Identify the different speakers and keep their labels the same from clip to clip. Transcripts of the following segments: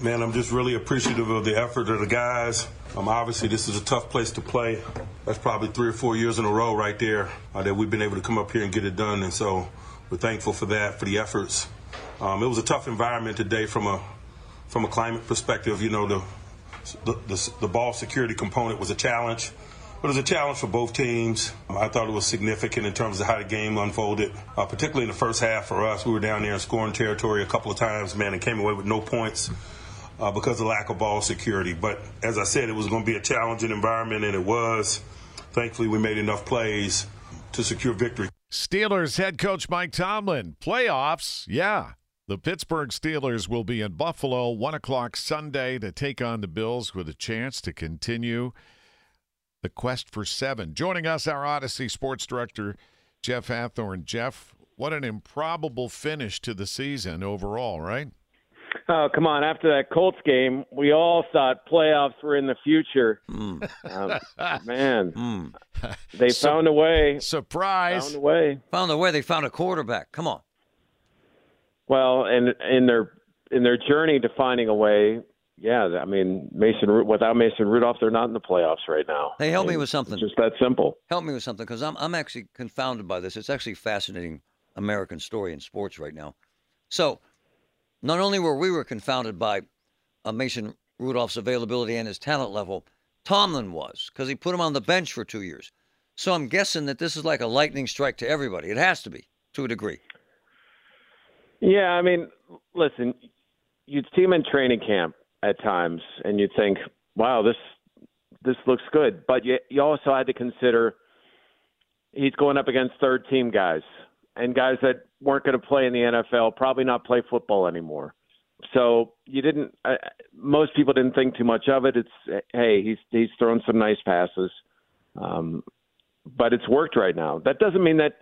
Speaker 1: Man, I'm just really appreciative of the effort of the guys. Um, obviously, this is a tough place to play. That's probably three or four years in a row right there uh, that we've been able to come up here and get it done. And so we're thankful for that, for the efforts. Um, it was a tough environment today from a from a climate perspective. You know, the the, the, the ball security component was a challenge. But it was a challenge for both teams. Um, I thought it was significant in terms of how the game unfolded, uh, particularly in the first half for us. We were down there in scoring territory a couple of times, man, and came away with no points uh, because of lack of ball security. But as I said, it was going to be a challenging environment, and it was. Thankfully, we made enough plays to secure victory.
Speaker 2: Steelers head coach Mike Tomlin, playoffs, yeah. The Pittsburgh Steelers will be in Buffalo 1 o'clock Sunday to take on the Bills with a chance to continue the quest for seven. Joining us, our Odyssey sports director, Jeff Hathorn. Jeff, what an improbable finish to the season overall, right?
Speaker 3: Oh, come on. After that Colts game, we all thought playoffs were in the future. Mm. Uh, man, mm. they so, found a way.
Speaker 2: Surprise.
Speaker 3: Found a way.
Speaker 4: Found a way. They found a quarterback. Come on.
Speaker 3: Well, and in their in their journey to finding a way, yeah, I mean Mason without Mason Rudolph, they're not in the playoffs right now.
Speaker 4: Hey, help
Speaker 3: I mean,
Speaker 4: me with something.
Speaker 3: just that simple.
Speaker 4: Help me with something because I'm I'm actually confounded by this. It's actually a fascinating American story in sports right now. So, not only were we were confounded by uh, Mason Rudolph's availability and his talent level, Tomlin was because he put him on the bench for two years. So I'm guessing that this is like a lightning strike to everybody. It has to be to a degree.
Speaker 3: Yeah, I mean, listen, you'd see him in training camp at times, and you'd think, "Wow, this this looks good," but you you also had to consider he's going up against third team guys and guys that weren't going to play in the NFL, probably not play football anymore. So you didn't. Uh, most people didn't think too much of it. It's hey, he's he's thrown some nice passes, um, but it's worked right now. That doesn't mean that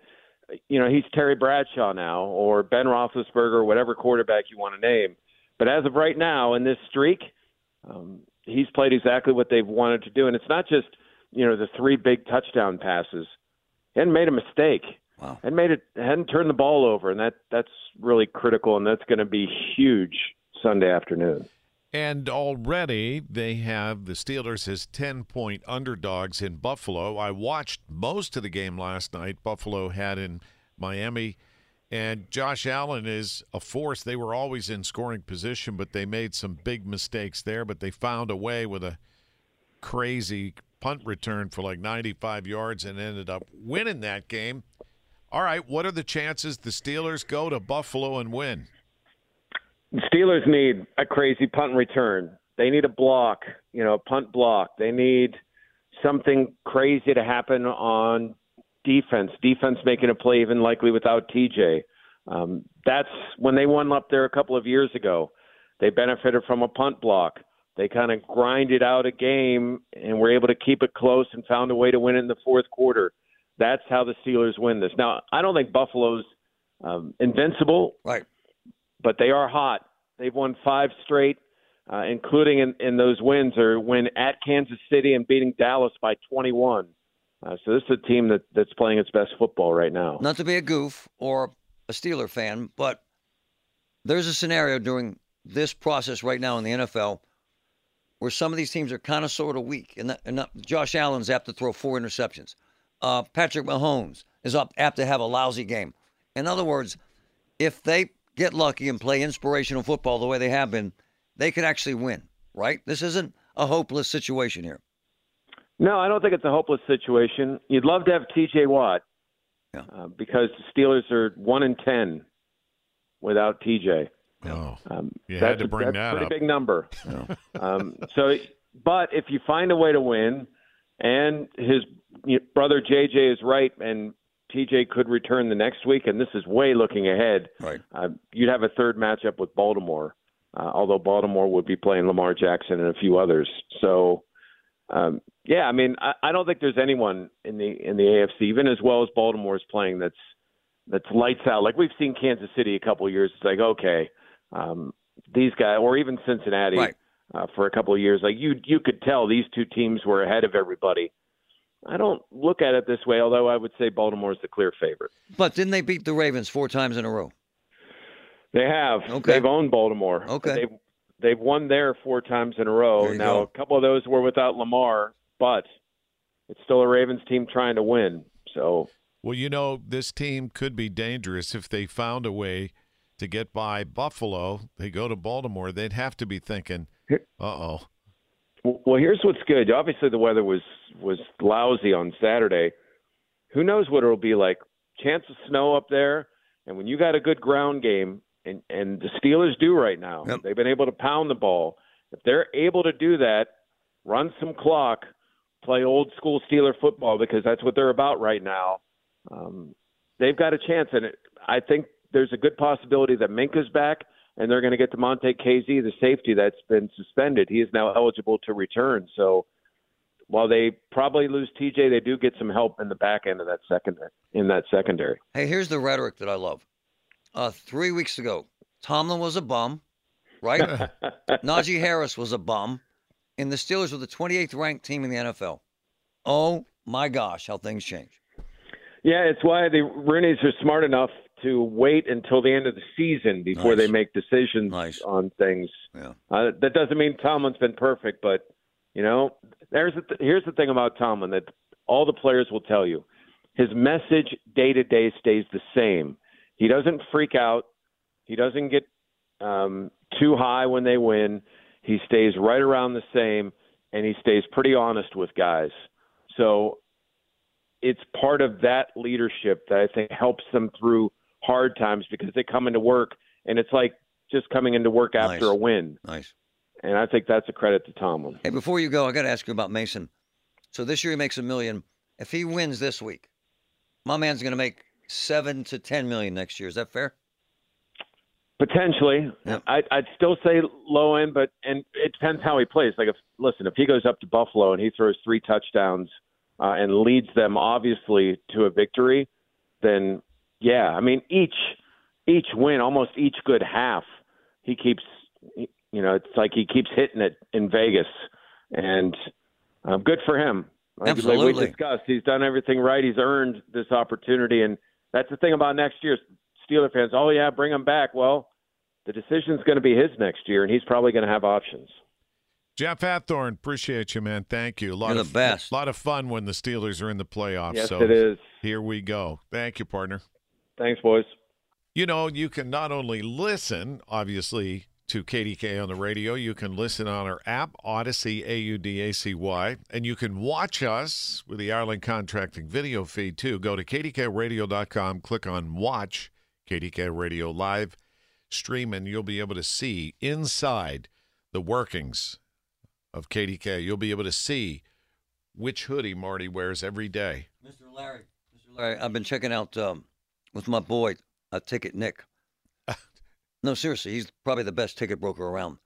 Speaker 3: you know he's Terry Bradshaw now or Ben Roethlisberger or whatever quarterback you want to name. But as of right now, in this streak, um, he's played exactly what they've wanted to do, and it's not just you know the three big touchdown passes. He hadn't made a mistake.
Speaker 4: Wow.
Speaker 3: Hadn't made it. Hadn't turned the ball over, and that that's really critical, and that's going to be huge Sunday afternoon.
Speaker 2: And already they have the Steelers as 10 point underdogs in Buffalo. I watched most of the game last night. Buffalo had in Miami. And Josh Allen is a force. They were always in scoring position, but they made some big mistakes there. But they found a way with a crazy punt return for like 95 yards and ended up winning that game. All right, what are the chances the Steelers go to Buffalo and win?
Speaker 3: Steelers need a crazy punt return. They need a block, you know, a punt block. They need something crazy to happen on defense. Defense making a play, even likely without TJ. Um, that's when they won up there a couple of years ago. They benefited from a punt block. They kind of grinded out a game and were able to keep it close and found a way to win it in the fourth quarter. That's how the Steelers win this. Now, I don't think Buffalo's um, invincible.
Speaker 4: Right
Speaker 3: but they are hot. They've won five straight, uh, including in, in those wins or win at Kansas City and beating Dallas by 21. Uh, so this is a team that, that's playing its best football right now.
Speaker 4: Not to be a goof or a Steeler fan, but there's a scenario during this process right now in the NFL where some of these teams are kind of sort of weak. And, that, and not, Josh Allen's apt to throw four interceptions. Uh, Patrick Mahomes is up, apt to have a lousy game. In other words, if they get lucky and play inspirational football the way they have been, they could actually win, right? This isn't a hopeless situation here.
Speaker 3: No, I don't think it's a hopeless situation. You'd love to have TJ Watt yeah. uh, because the Steelers are 1 in 10 without TJ.
Speaker 2: Oh, um, you had to bring
Speaker 3: a,
Speaker 2: that
Speaker 3: a pretty
Speaker 2: up.
Speaker 3: big number. Yeah. um, so, but if you find a way to win, and his brother JJ is right, and TJ could return the next week, and this is way looking ahead.
Speaker 4: Right.
Speaker 3: Uh, you'd have a third matchup with Baltimore, uh, although Baltimore would be playing Lamar Jackson and a few others. So, um, yeah, I mean, I, I don't think there's anyone in the in the AFC, even as well as Baltimore is playing, that's that's lights out. Like we've seen Kansas City a couple of years. It's like okay, um, these guys, or even Cincinnati.
Speaker 4: Right.
Speaker 3: Uh, for a couple of years, like you, you could tell these two teams were ahead of everybody. I don't look at it this way, although I would say Baltimore is the clear favorite.
Speaker 4: But didn't they beat the Ravens four times in a row?
Speaker 3: They have.
Speaker 4: Okay.
Speaker 3: They've owned Baltimore.
Speaker 4: Okay.
Speaker 3: They've, They've won there four times in a row.
Speaker 4: There you
Speaker 3: Now
Speaker 4: go.
Speaker 3: a couple of those were without Lamar, but it's still a Ravens team trying to win. So
Speaker 2: Well, you know, this team could be dangerous if they found a way to get by Buffalo. They go to Baltimore, they'd have to be thinking, uh oh.
Speaker 3: Well, here's what's good. Obviously, the weather was was lousy on Saturday. Who knows what it'll be like? Chance of snow up there, and when you got a good ground game, and and the Steelers do right now,
Speaker 4: Yep.
Speaker 3: they've been able to pound the ball. If they're able to do that, run some clock, play old school Steeler football because that's what they're about right now. Um, they've got a chance, and it, I think there's a good possibility that Minka's back, and they're going to get to Monte KZ, the safety that's been suspended. He is now eligible to return. So while they probably lose TJ, they do get some help in the back end of that secondary. In that secondary,
Speaker 4: Hey, here's the rhetoric that I love. Uh, three weeks ago, Tomlin was a bum, right? Najee Harris was a bum, and the Steelers were the 28th ranked team in the NFL. Oh my gosh, how things change.
Speaker 3: yeah, it's why the Rooney's are smart enough to wait until the end of the season before
Speaker 4: Nice.
Speaker 3: they make decisions
Speaker 4: Nice.
Speaker 3: on things.
Speaker 4: Yeah.
Speaker 3: Uh, that doesn't mean Tomlin's been perfect, but you know, there's the th- here's the thing about Tomlin that all the players will tell you: his message day to day stays the same. He doesn't freak out. He doesn't get um, too high when they win. He stays right around the same, and he stays pretty honest with guys. So it's part of that leadership that I think helps them through hard times because they come into work and it's like just coming into work after
Speaker 4: Nice.
Speaker 3: a win.
Speaker 4: Nice.
Speaker 3: And I think that's a credit to Tomlin.
Speaker 4: Hey, before you go, I got to ask you about Mason. So this year he makes a million. If he wins this week, my man's going to make seven to ten million next year. Is that fair?
Speaker 3: Potentially,
Speaker 4: Yeah.
Speaker 3: I, I'd still say low end, but and it depends how he plays. Like, if listen, if he goes up to Buffalo and he throws three touchdowns uh, and leads them obviously to a victory, then yeah, I mean each each win, almost each good half, he keeps you know it's like he keeps hitting it in Vegas, and um, good for him. Like, Like
Speaker 4: Absolutely.
Speaker 3: we discussed, he's done everything right. He's earned this opportunity, and that's the thing about next year. Steeler fans, oh yeah, bring him back. Well, the decision's going to be his next year, and he's probably going to have options.
Speaker 2: Jeff Hathorn, appreciate you, man. Thank you. A lot
Speaker 4: You're
Speaker 2: of
Speaker 4: the best.
Speaker 2: lot of fun when the Steelers are in the playoffs.
Speaker 3: yes,
Speaker 2: so
Speaker 3: it is.
Speaker 2: here we go. Thank you, partner.
Speaker 3: Thanks, boys.
Speaker 2: You know, you can not only listen, obviously, to KDK on the radio, you can listen on our app, Odyssey, A U D A C Y, and you can watch us with the Ireland Contracting video feed too. Go to kdkradio.com, click on Watch KDK Radio Live Stream, and you'll be able to see inside the workings of KDK. You'll be able to see which hoodie Marty wears every day.
Speaker 4: Mr. Larry, Mr. Larry, I've been checking out um, with my boy, uh, Ticket Nick. no, seriously, he's probably the best ticket broker around.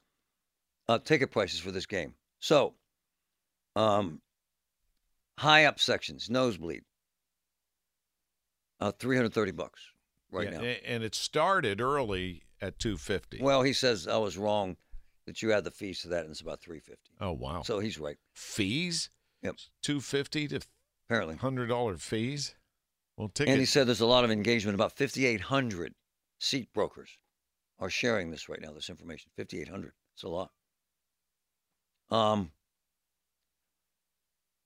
Speaker 4: Uh, ticket prices for this game. So, um, high up sections, nosebleed, uh, three hundred thirty bucks right
Speaker 2: Yeah,
Speaker 4: now.
Speaker 2: a- And it started early at 250.
Speaker 4: Well, he says I was wrong that you add the fees to that, and it's about three fifty.
Speaker 2: oh, wow.
Speaker 4: So he's right,
Speaker 2: fees.
Speaker 4: Yep.
Speaker 2: Two fifty to
Speaker 4: apparently.
Speaker 2: hundred dollar fees. Well,
Speaker 4: And he
Speaker 2: tickets.
Speaker 4: said there's a lot of engagement. About 5,800 seat brokers are sharing this right now, this information. 5,800. It's a lot. Um,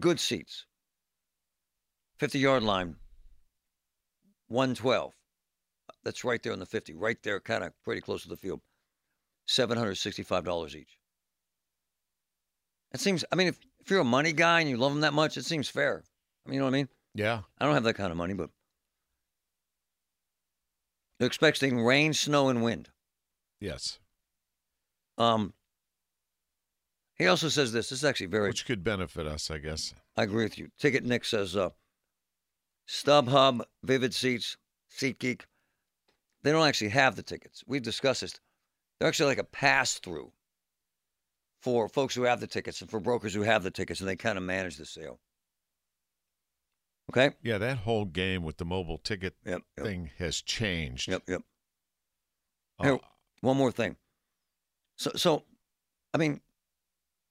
Speaker 4: good seats. 50 yard line, 112. That's right there on the 50, right there, kind of pretty close to the field. $765 each. It seems, I mean, if, if you're a money guy and you love them that much, it seems fair. I mean, you know what I mean?
Speaker 2: Yeah.
Speaker 4: I don't have that kind of money, but they're expecting rain, snow, and wind.
Speaker 2: Yes.
Speaker 4: Um, he also says this. This is actually very.
Speaker 2: Which could benefit us, I guess.
Speaker 4: I agree with you. Ticket Nick says, uh, StubHub, Vivid Seats, SeatGeek, they don't actually have the tickets. We've discussed this. They're actually like a pass through for folks who have the tickets and for brokers who have the tickets, and they kind of manage the sale. Okay.
Speaker 2: Yeah, that whole game with the mobile ticket
Speaker 4: Yep. Yep.
Speaker 2: thing has changed.
Speaker 4: Yep. yep.
Speaker 2: Uh,
Speaker 4: Here, one more thing. So, so, I mean,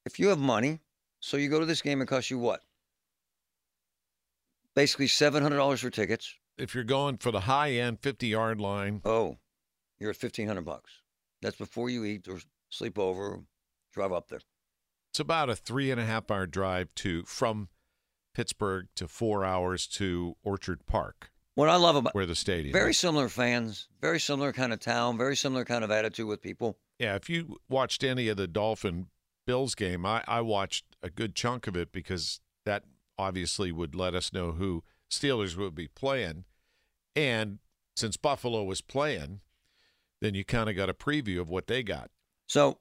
Speaker 4: if you have money, so you go to this game, it costs you what? Basically, seven hundred dollars for tickets.
Speaker 2: if you're going for the high end fifty yard line,
Speaker 4: Oh, you're at fifteen hundred bucks. That's before you eat or sleep over, drive up there.
Speaker 2: It's about a three and a half hour drive to from Pittsburgh to four hours to Orchard Park,
Speaker 4: What I love about
Speaker 2: where the stadium.
Speaker 4: very
Speaker 2: is.
Speaker 4: similar fans, very similar kind of town, very similar kind of attitude with people.
Speaker 2: Yeah, if you watched any of the Dolphin Bills game, I, I watched a good chunk of it because that obviously would let us know who Steelers would be playing. And since Buffalo was playing, then you kind of got a preview of what they got.
Speaker 4: So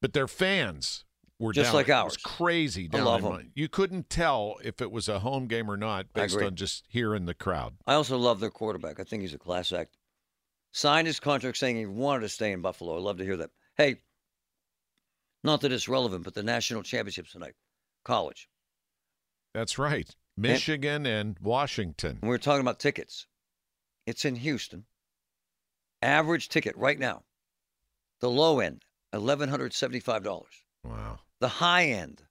Speaker 2: But their fans were
Speaker 4: Just
Speaker 2: down.
Speaker 4: like
Speaker 2: It was
Speaker 4: ours.
Speaker 2: crazy down
Speaker 4: love
Speaker 2: in
Speaker 4: 'em.
Speaker 2: Mon- You couldn't tell if it was a home game or not
Speaker 4: I
Speaker 2: based
Speaker 4: agree.
Speaker 2: on just hearing the crowd.
Speaker 4: I also love their quarterback. I think he's a class act. Signed his contract saying he wanted to stay in Buffalo. I love to hear that. Hey, not that it's relevant, but the national championships tonight, college.
Speaker 2: That's right. Michigan and Washington.
Speaker 4: And we were talking about tickets. It's in Houston. Average ticket right now, the low end, $1,175.
Speaker 2: Wow.
Speaker 4: The high end,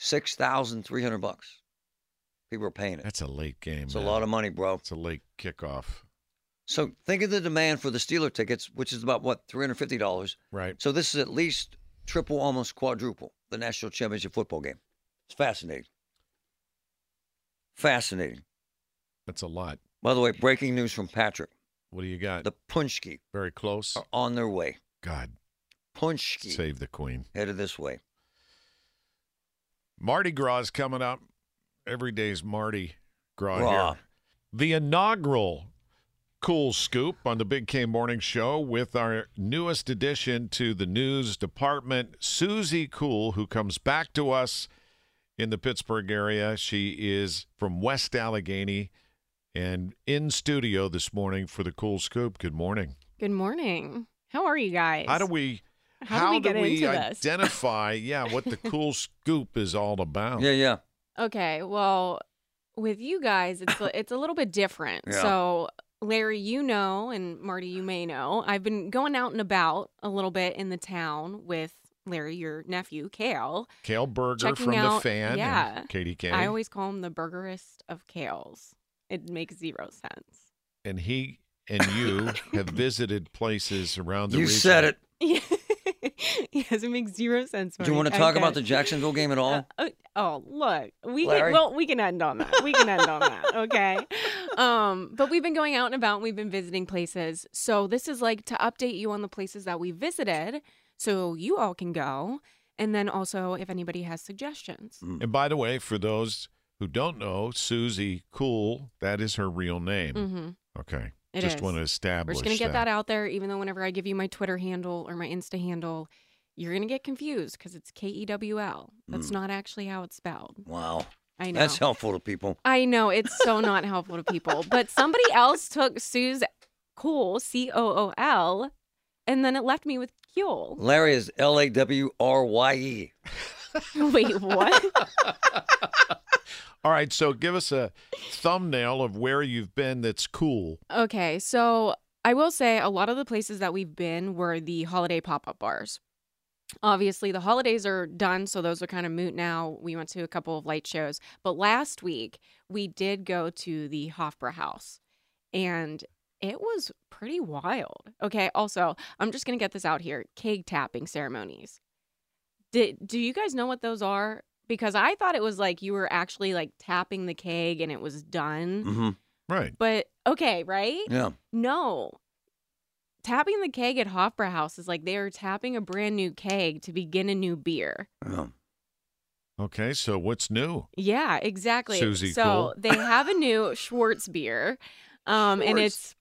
Speaker 4: 6300 bucks. People are paying it.
Speaker 2: That's a late game.
Speaker 4: it's a lot of money, bro.
Speaker 2: It's a late kickoff.
Speaker 4: So think of the demand for the Steeler tickets, which is about, what, $350.
Speaker 2: Right.
Speaker 4: So this is at least triple, almost quadruple the national championship football game. It's fascinating. Fascinating.
Speaker 2: That's a lot.
Speaker 4: By the way, breaking news from Patrick:
Speaker 2: What do you got?
Speaker 4: the Oh. Punchki
Speaker 2: Very close.
Speaker 4: are on their way.
Speaker 2: God,
Speaker 4: Punchki
Speaker 2: save the queen.
Speaker 4: headed this way.
Speaker 2: Mardi Gras is coming up. Every day's Mardi Gras
Speaker 4: Gras.
Speaker 2: here. The inaugural cool scoop on the Big K Morning Show with our newest addition to the news department, Susie Cool, who comes back to us in the Pittsburgh area. She is from West Allegheny and in studio this morning for the cool scoop. Good morning.
Speaker 5: Good morning. How are you guys?
Speaker 2: How do we
Speaker 5: How do we get into this?
Speaker 2: identify, yeah, what the cool scoop is all about?
Speaker 4: Yeah, yeah.
Speaker 5: Okay, well, with you guys, it's a, it's a little bit different.
Speaker 4: Yeah.
Speaker 5: So, Larry, you know, and Marty, you may know, I've been going out and about a little bit in the town with Larry, your nephew, Kale.
Speaker 2: Kale Berger
Speaker 5: Checking
Speaker 2: from the
Speaker 5: out-
Speaker 2: fan.
Speaker 5: yeah.
Speaker 2: And Katie K.
Speaker 5: I always call him the burgerist of Kales. It makes zero sense.
Speaker 2: and he and you have visited places around the
Speaker 4: You
Speaker 2: region.
Speaker 4: said it.
Speaker 5: yes, it makes zero sense.
Speaker 4: Do you want
Speaker 5: Marty.
Speaker 4: to talk
Speaker 5: Okay.
Speaker 4: about the Jacksonville game at all?
Speaker 5: Uh, oh, oh, look, we
Speaker 4: Larry?
Speaker 5: can, well, we can end on that. We can end on that. Okay. Um, but we've been going out and about and we've been visiting places. So this is like to update you on the places that we visited so you all can go. And then also if anybody has suggestions.
Speaker 2: And by the way, for those who don't know, Susie Cool, that is her real name.
Speaker 5: Mm-hmm.
Speaker 2: Okay.
Speaker 5: It
Speaker 2: Just
Speaker 5: is.
Speaker 2: want to
Speaker 5: We're
Speaker 2: establish
Speaker 5: just going to get that out there, even though whenever I give you my Twitter handle or my Insta handle, you're going to get confused because it's K E W L. That's
Speaker 4: Mm.
Speaker 5: not actually how it's spelled.
Speaker 4: Wow,
Speaker 5: I know.
Speaker 4: that's helpful to people.
Speaker 5: I know it's so not helpful to people, but somebody else took Sue's cool C O O L, and then it left me with Kuel.
Speaker 4: Larry is L A W R Y E.
Speaker 5: Wait, what?
Speaker 2: All right, so give us a thumbnail of where you've been that's cool.
Speaker 5: okay, so I will say a lot of the places that we've been were the holiday pop up bars. Obviously, the holidays are done, so those are kind of moot now. We went to a couple of light shows, but last week we did go to the Hofbra House, and it was pretty wild. Okay, also, I'm just gonna get this out here: keg tapping ceremonies. Did do you guys know what those are? Because I thought it was like you were actually like tapping the keg and it was done.
Speaker 4: Mm-hmm.
Speaker 2: Right.
Speaker 5: But okay, right?
Speaker 4: Yeah,
Speaker 5: No. Tapping the keg at Hofbra House is like they are tapping a brand new keg to begin a new beer.
Speaker 4: yeah.
Speaker 2: Oh. Okay, so what's new?
Speaker 5: Yeah, exactly.
Speaker 2: Suzy,
Speaker 5: so
Speaker 2: cool.
Speaker 5: they have a new Schwartz beer. Um and it's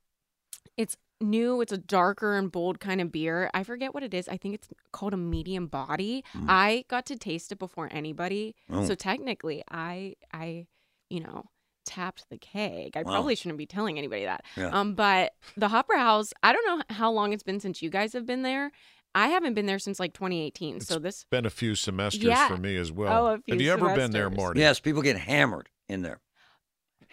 Speaker 5: it's new, it's a darker and bold kind of beer. I forget what it is. I think it's called a medium body. I got to taste it before anybody.
Speaker 4: Mm. Oh.
Speaker 5: So technically I I you know, tapped the keg. I
Speaker 4: Wow.
Speaker 5: probably shouldn't be telling anybody that.
Speaker 4: Yeah.
Speaker 5: Um but the Hopper House, I don't know how long it's been since you guys have been there. I haven't been there since like 2018. so this
Speaker 2: Been a few semesters
Speaker 5: Yeah. Oh,
Speaker 2: for me as well.
Speaker 5: a few
Speaker 2: have you ever been there,
Speaker 5: semesters.
Speaker 2: Marty?
Speaker 4: Yes, people get hammered in there.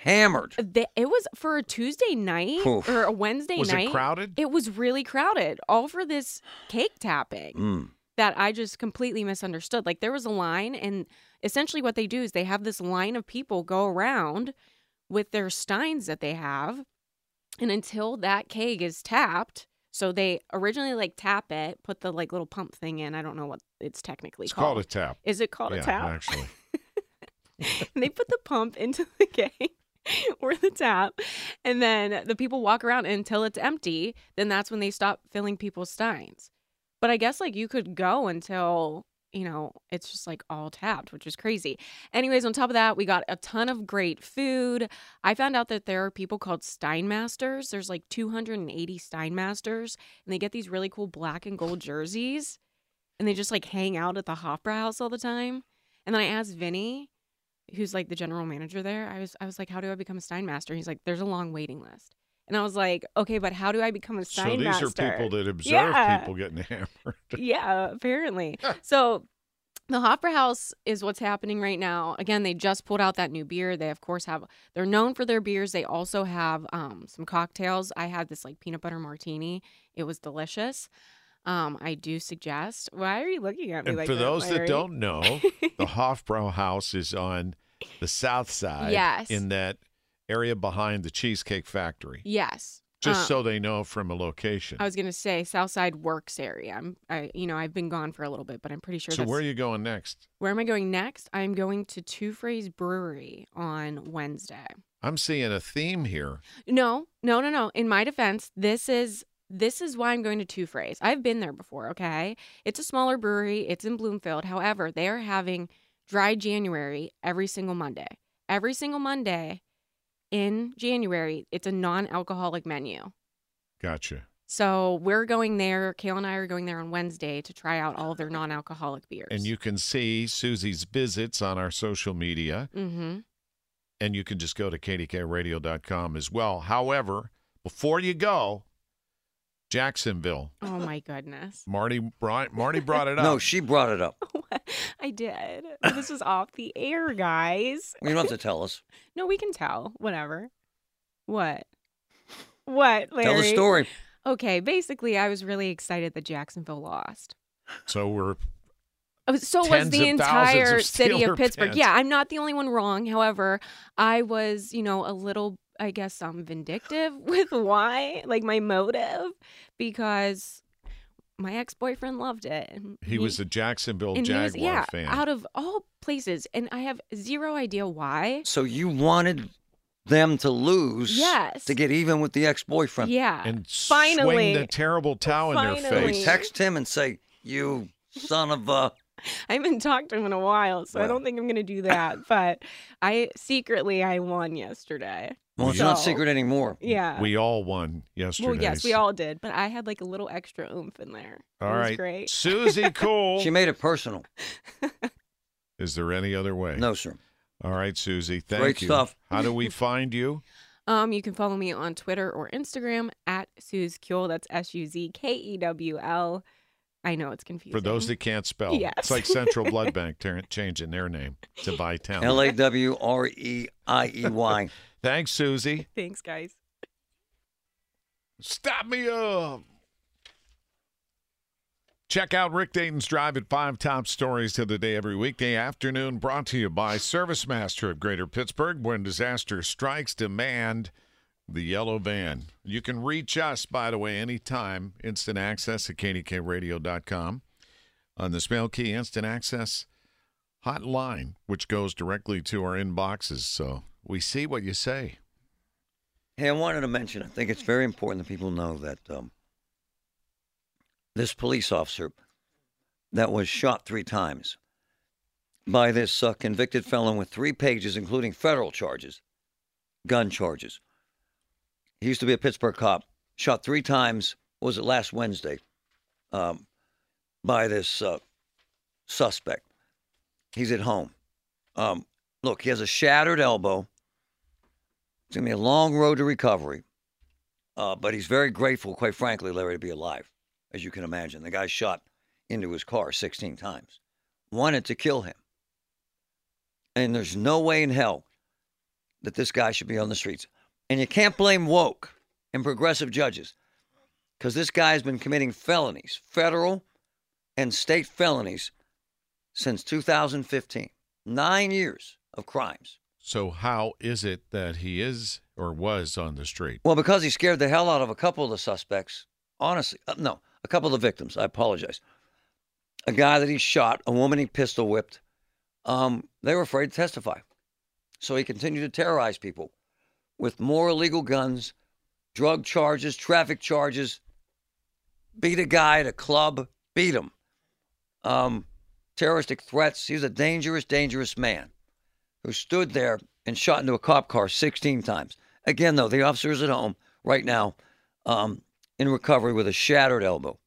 Speaker 4: Hammered.
Speaker 5: The, it was for a Tuesday night
Speaker 4: Oof.
Speaker 5: or a Wednesday
Speaker 2: Was
Speaker 5: night.
Speaker 2: it crowded?
Speaker 5: It was really crowded, all for this cake tapping
Speaker 4: Mm.
Speaker 5: that I just completely misunderstood. Like there was a line, and essentially what they do is they have this line of people go around with their steins that they have, and until that keg is tapped, So they originally like tap it, put the like little pump thing in. I don't know what it's technically
Speaker 2: It's
Speaker 5: called.
Speaker 2: called a tap.
Speaker 5: Is it called
Speaker 2: yeah,
Speaker 5: a tap?
Speaker 2: actually.
Speaker 5: and they put the pump into the game or the tap and then the people walk around until it's empty then that's when they stop filling people's steins but i guess like you could go until you know it's just like all tapped which is crazy anyways on top of that we got a ton of great food i found out that there are people called steinmasters there's like 280 steinmasters and they get these really cool black and gold jerseys and they just like hang out at the hopper house all the time and then i asked vinny who's like the general manager there, I was I was like, how do I become a Steinmaster? He's like, there's a long waiting list. And I was like, okay, but how do I become a
Speaker 2: So
Speaker 5: Steinmaster?
Speaker 2: these are people that observe
Speaker 5: Yeah.
Speaker 2: people getting hammered.
Speaker 5: yeah, apparently. so the Hopper House is what's happening right now. Again, they just pulled out that new beer. They of course have they're known for their beers. They also have um, some cocktails. I had this like peanut butter martini. It was delicious. Um, I do suggest. Why are you looking at me
Speaker 2: And
Speaker 5: like
Speaker 2: for
Speaker 5: that,
Speaker 2: those that
Speaker 5: Larry?
Speaker 2: don't know, the Hofbrau House is on the south side.
Speaker 5: Yes.
Speaker 2: In that area behind the Cheesecake Factory.
Speaker 5: Yes.
Speaker 2: Just
Speaker 5: Um,
Speaker 2: so they know from a location.
Speaker 5: I was gonna say Southside Works area. I'm, I, you know, I've been gone for a little bit, but I'm pretty sure.
Speaker 2: so
Speaker 5: that's,
Speaker 2: where are you going next?
Speaker 5: where am I going next? I'm going to Two Phrase Brewery on Wednesday.
Speaker 2: I'm seeing a theme here.
Speaker 5: No, no, no, no. In my defense, this is this is why I'm going to Two Phrase. I've been there before. Okay, it's a smaller brewery. It's in Bloomfield. However, they are having Dry January every single Monday. Every single Monday in January, it's a non-alcoholic menu.
Speaker 2: Gotcha.
Speaker 5: So we're going there. Kale and I are going there on Wednesday to try out all of their non-alcoholic beers.
Speaker 2: And you can see Susie's visits on our social media,
Speaker 5: Mm-hmm.
Speaker 2: and you can just go to kdkradio.com as well. However, before you go, Jacksonville,
Speaker 5: Oh my goodness.
Speaker 2: Marty brought Marty brought it up.
Speaker 4: No, she brought it up.
Speaker 5: I did. This was off the air, guys.
Speaker 4: You don't have to tell us.
Speaker 5: No, we can tell. Whatever. What? What, Larry?
Speaker 4: Tell the story.
Speaker 5: Okay, basically, I was really excited that Jacksonville lost.
Speaker 2: so we're
Speaker 5: Oh, So was
Speaker 2: Tens
Speaker 5: the
Speaker 2: of thousands of
Speaker 5: entire city
Speaker 2: Steeler
Speaker 5: of Pittsburgh.
Speaker 2: fans.
Speaker 5: Yeah, I'm not the only one wrong. However, I was, you know, a little, I guess, um, vindictive with why, like my motive, because my ex boyfriend loved it. and
Speaker 2: he was a Jacksonville
Speaker 5: and he
Speaker 2: Jaguar
Speaker 5: was- yeah,
Speaker 2: fan.
Speaker 5: Out of all places, and I have zero idea why.
Speaker 4: So you wanted them to lose
Speaker 5: Yes.
Speaker 4: to get even with the ex-boyfriend.
Speaker 5: yeah.
Speaker 2: and
Speaker 5: finally,
Speaker 2: swing the terrible towel in their
Speaker 5: finally.
Speaker 4: We
Speaker 2: face.
Speaker 4: text him and say, "You son of a."
Speaker 5: I haven't talked to him in a while, so I
Speaker 4: Well.
Speaker 5: don't think I'm gonna do that. but I secretly I won yesterday.
Speaker 4: Well, it's not
Speaker 5: So-
Speaker 4: secret anymore.
Speaker 5: Yeah.
Speaker 2: We all won yesterday.
Speaker 5: well, yes, we
Speaker 2: so-
Speaker 5: all did, but I had like a little extra oomph in there.
Speaker 2: All
Speaker 5: it was
Speaker 2: right.
Speaker 5: great.
Speaker 2: Susie Cool.
Speaker 4: She made it personal.
Speaker 2: Is there any other way?
Speaker 4: No, sir.
Speaker 2: All right, Susie. Thank
Speaker 4: Great
Speaker 2: you.
Speaker 4: stuff.
Speaker 2: How do we find you?
Speaker 5: Um, you can follow me on Twitter or Instagram at SuzKuel. That's S U Z K E W L. I know it's confusing.
Speaker 2: For those that can't spell, it's
Speaker 5: Yes.
Speaker 2: like Central Blood Bank ter- changing their name to Vitality.
Speaker 4: L a w r e i e y.
Speaker 2: Thanks, Susie.
Speaker 5: Thanks, guys.
Speaker 2: Stop me up. Check out Rick Dayton's Drive at 5 Top Stories of the Day every weekday afternoon, brought to you by ServiceMaster of Greater Pittsburgh. When disaster strikes, demand the yellow van. You can reach us, by the way, anytime. Instant access at kdkradio.com. On the Smell Key Instant Access hotline, which goes directly to our inboxes. So we see what you say.
Speaker 4: Hey, I wanted to mention. I think it's very important that people know that um, this police officer that was shot three times by this uh, convicted felon with three pages, including federal charges, gun charges. He used to be a Pittsburgh cop. Shot three times. what Was it last Wednesday? Um, by this uh, suspect. He's at home. Um, look, he has a shattered elbow. It's gonna be a long road to recovery. Uh, but he's very grateful, quite frankly, Larry, to be alive, as you can imagine. The guy shot into his car 16 times, wanted to kill him. And there's no way in hell that this guy should be on the streets. And you can't blame woke and progressive judges because this guy has been committing felonies, federal and state felonies, since 2015. Nine years of crimes.
Speaker 2: So how is it that he is or was on the street?
Speaker 4: Well, because he scared the hell out of a couple of the suspects honestly, uh, no, a couple of the victims. I apologize. A guy that he shot, a woman he pistol whipped. Um, they were afraid to testify, so he continued to terrorize people with more illegal guns, drug charges, traffic charges. Beat a guy at a club, beat him. Um, terroristic threats. He was a dangerous, dangerous man who stood there and shot into a cop car 16 times. Again, though, the officer is at home right now um, in recovery with a shattered elbow.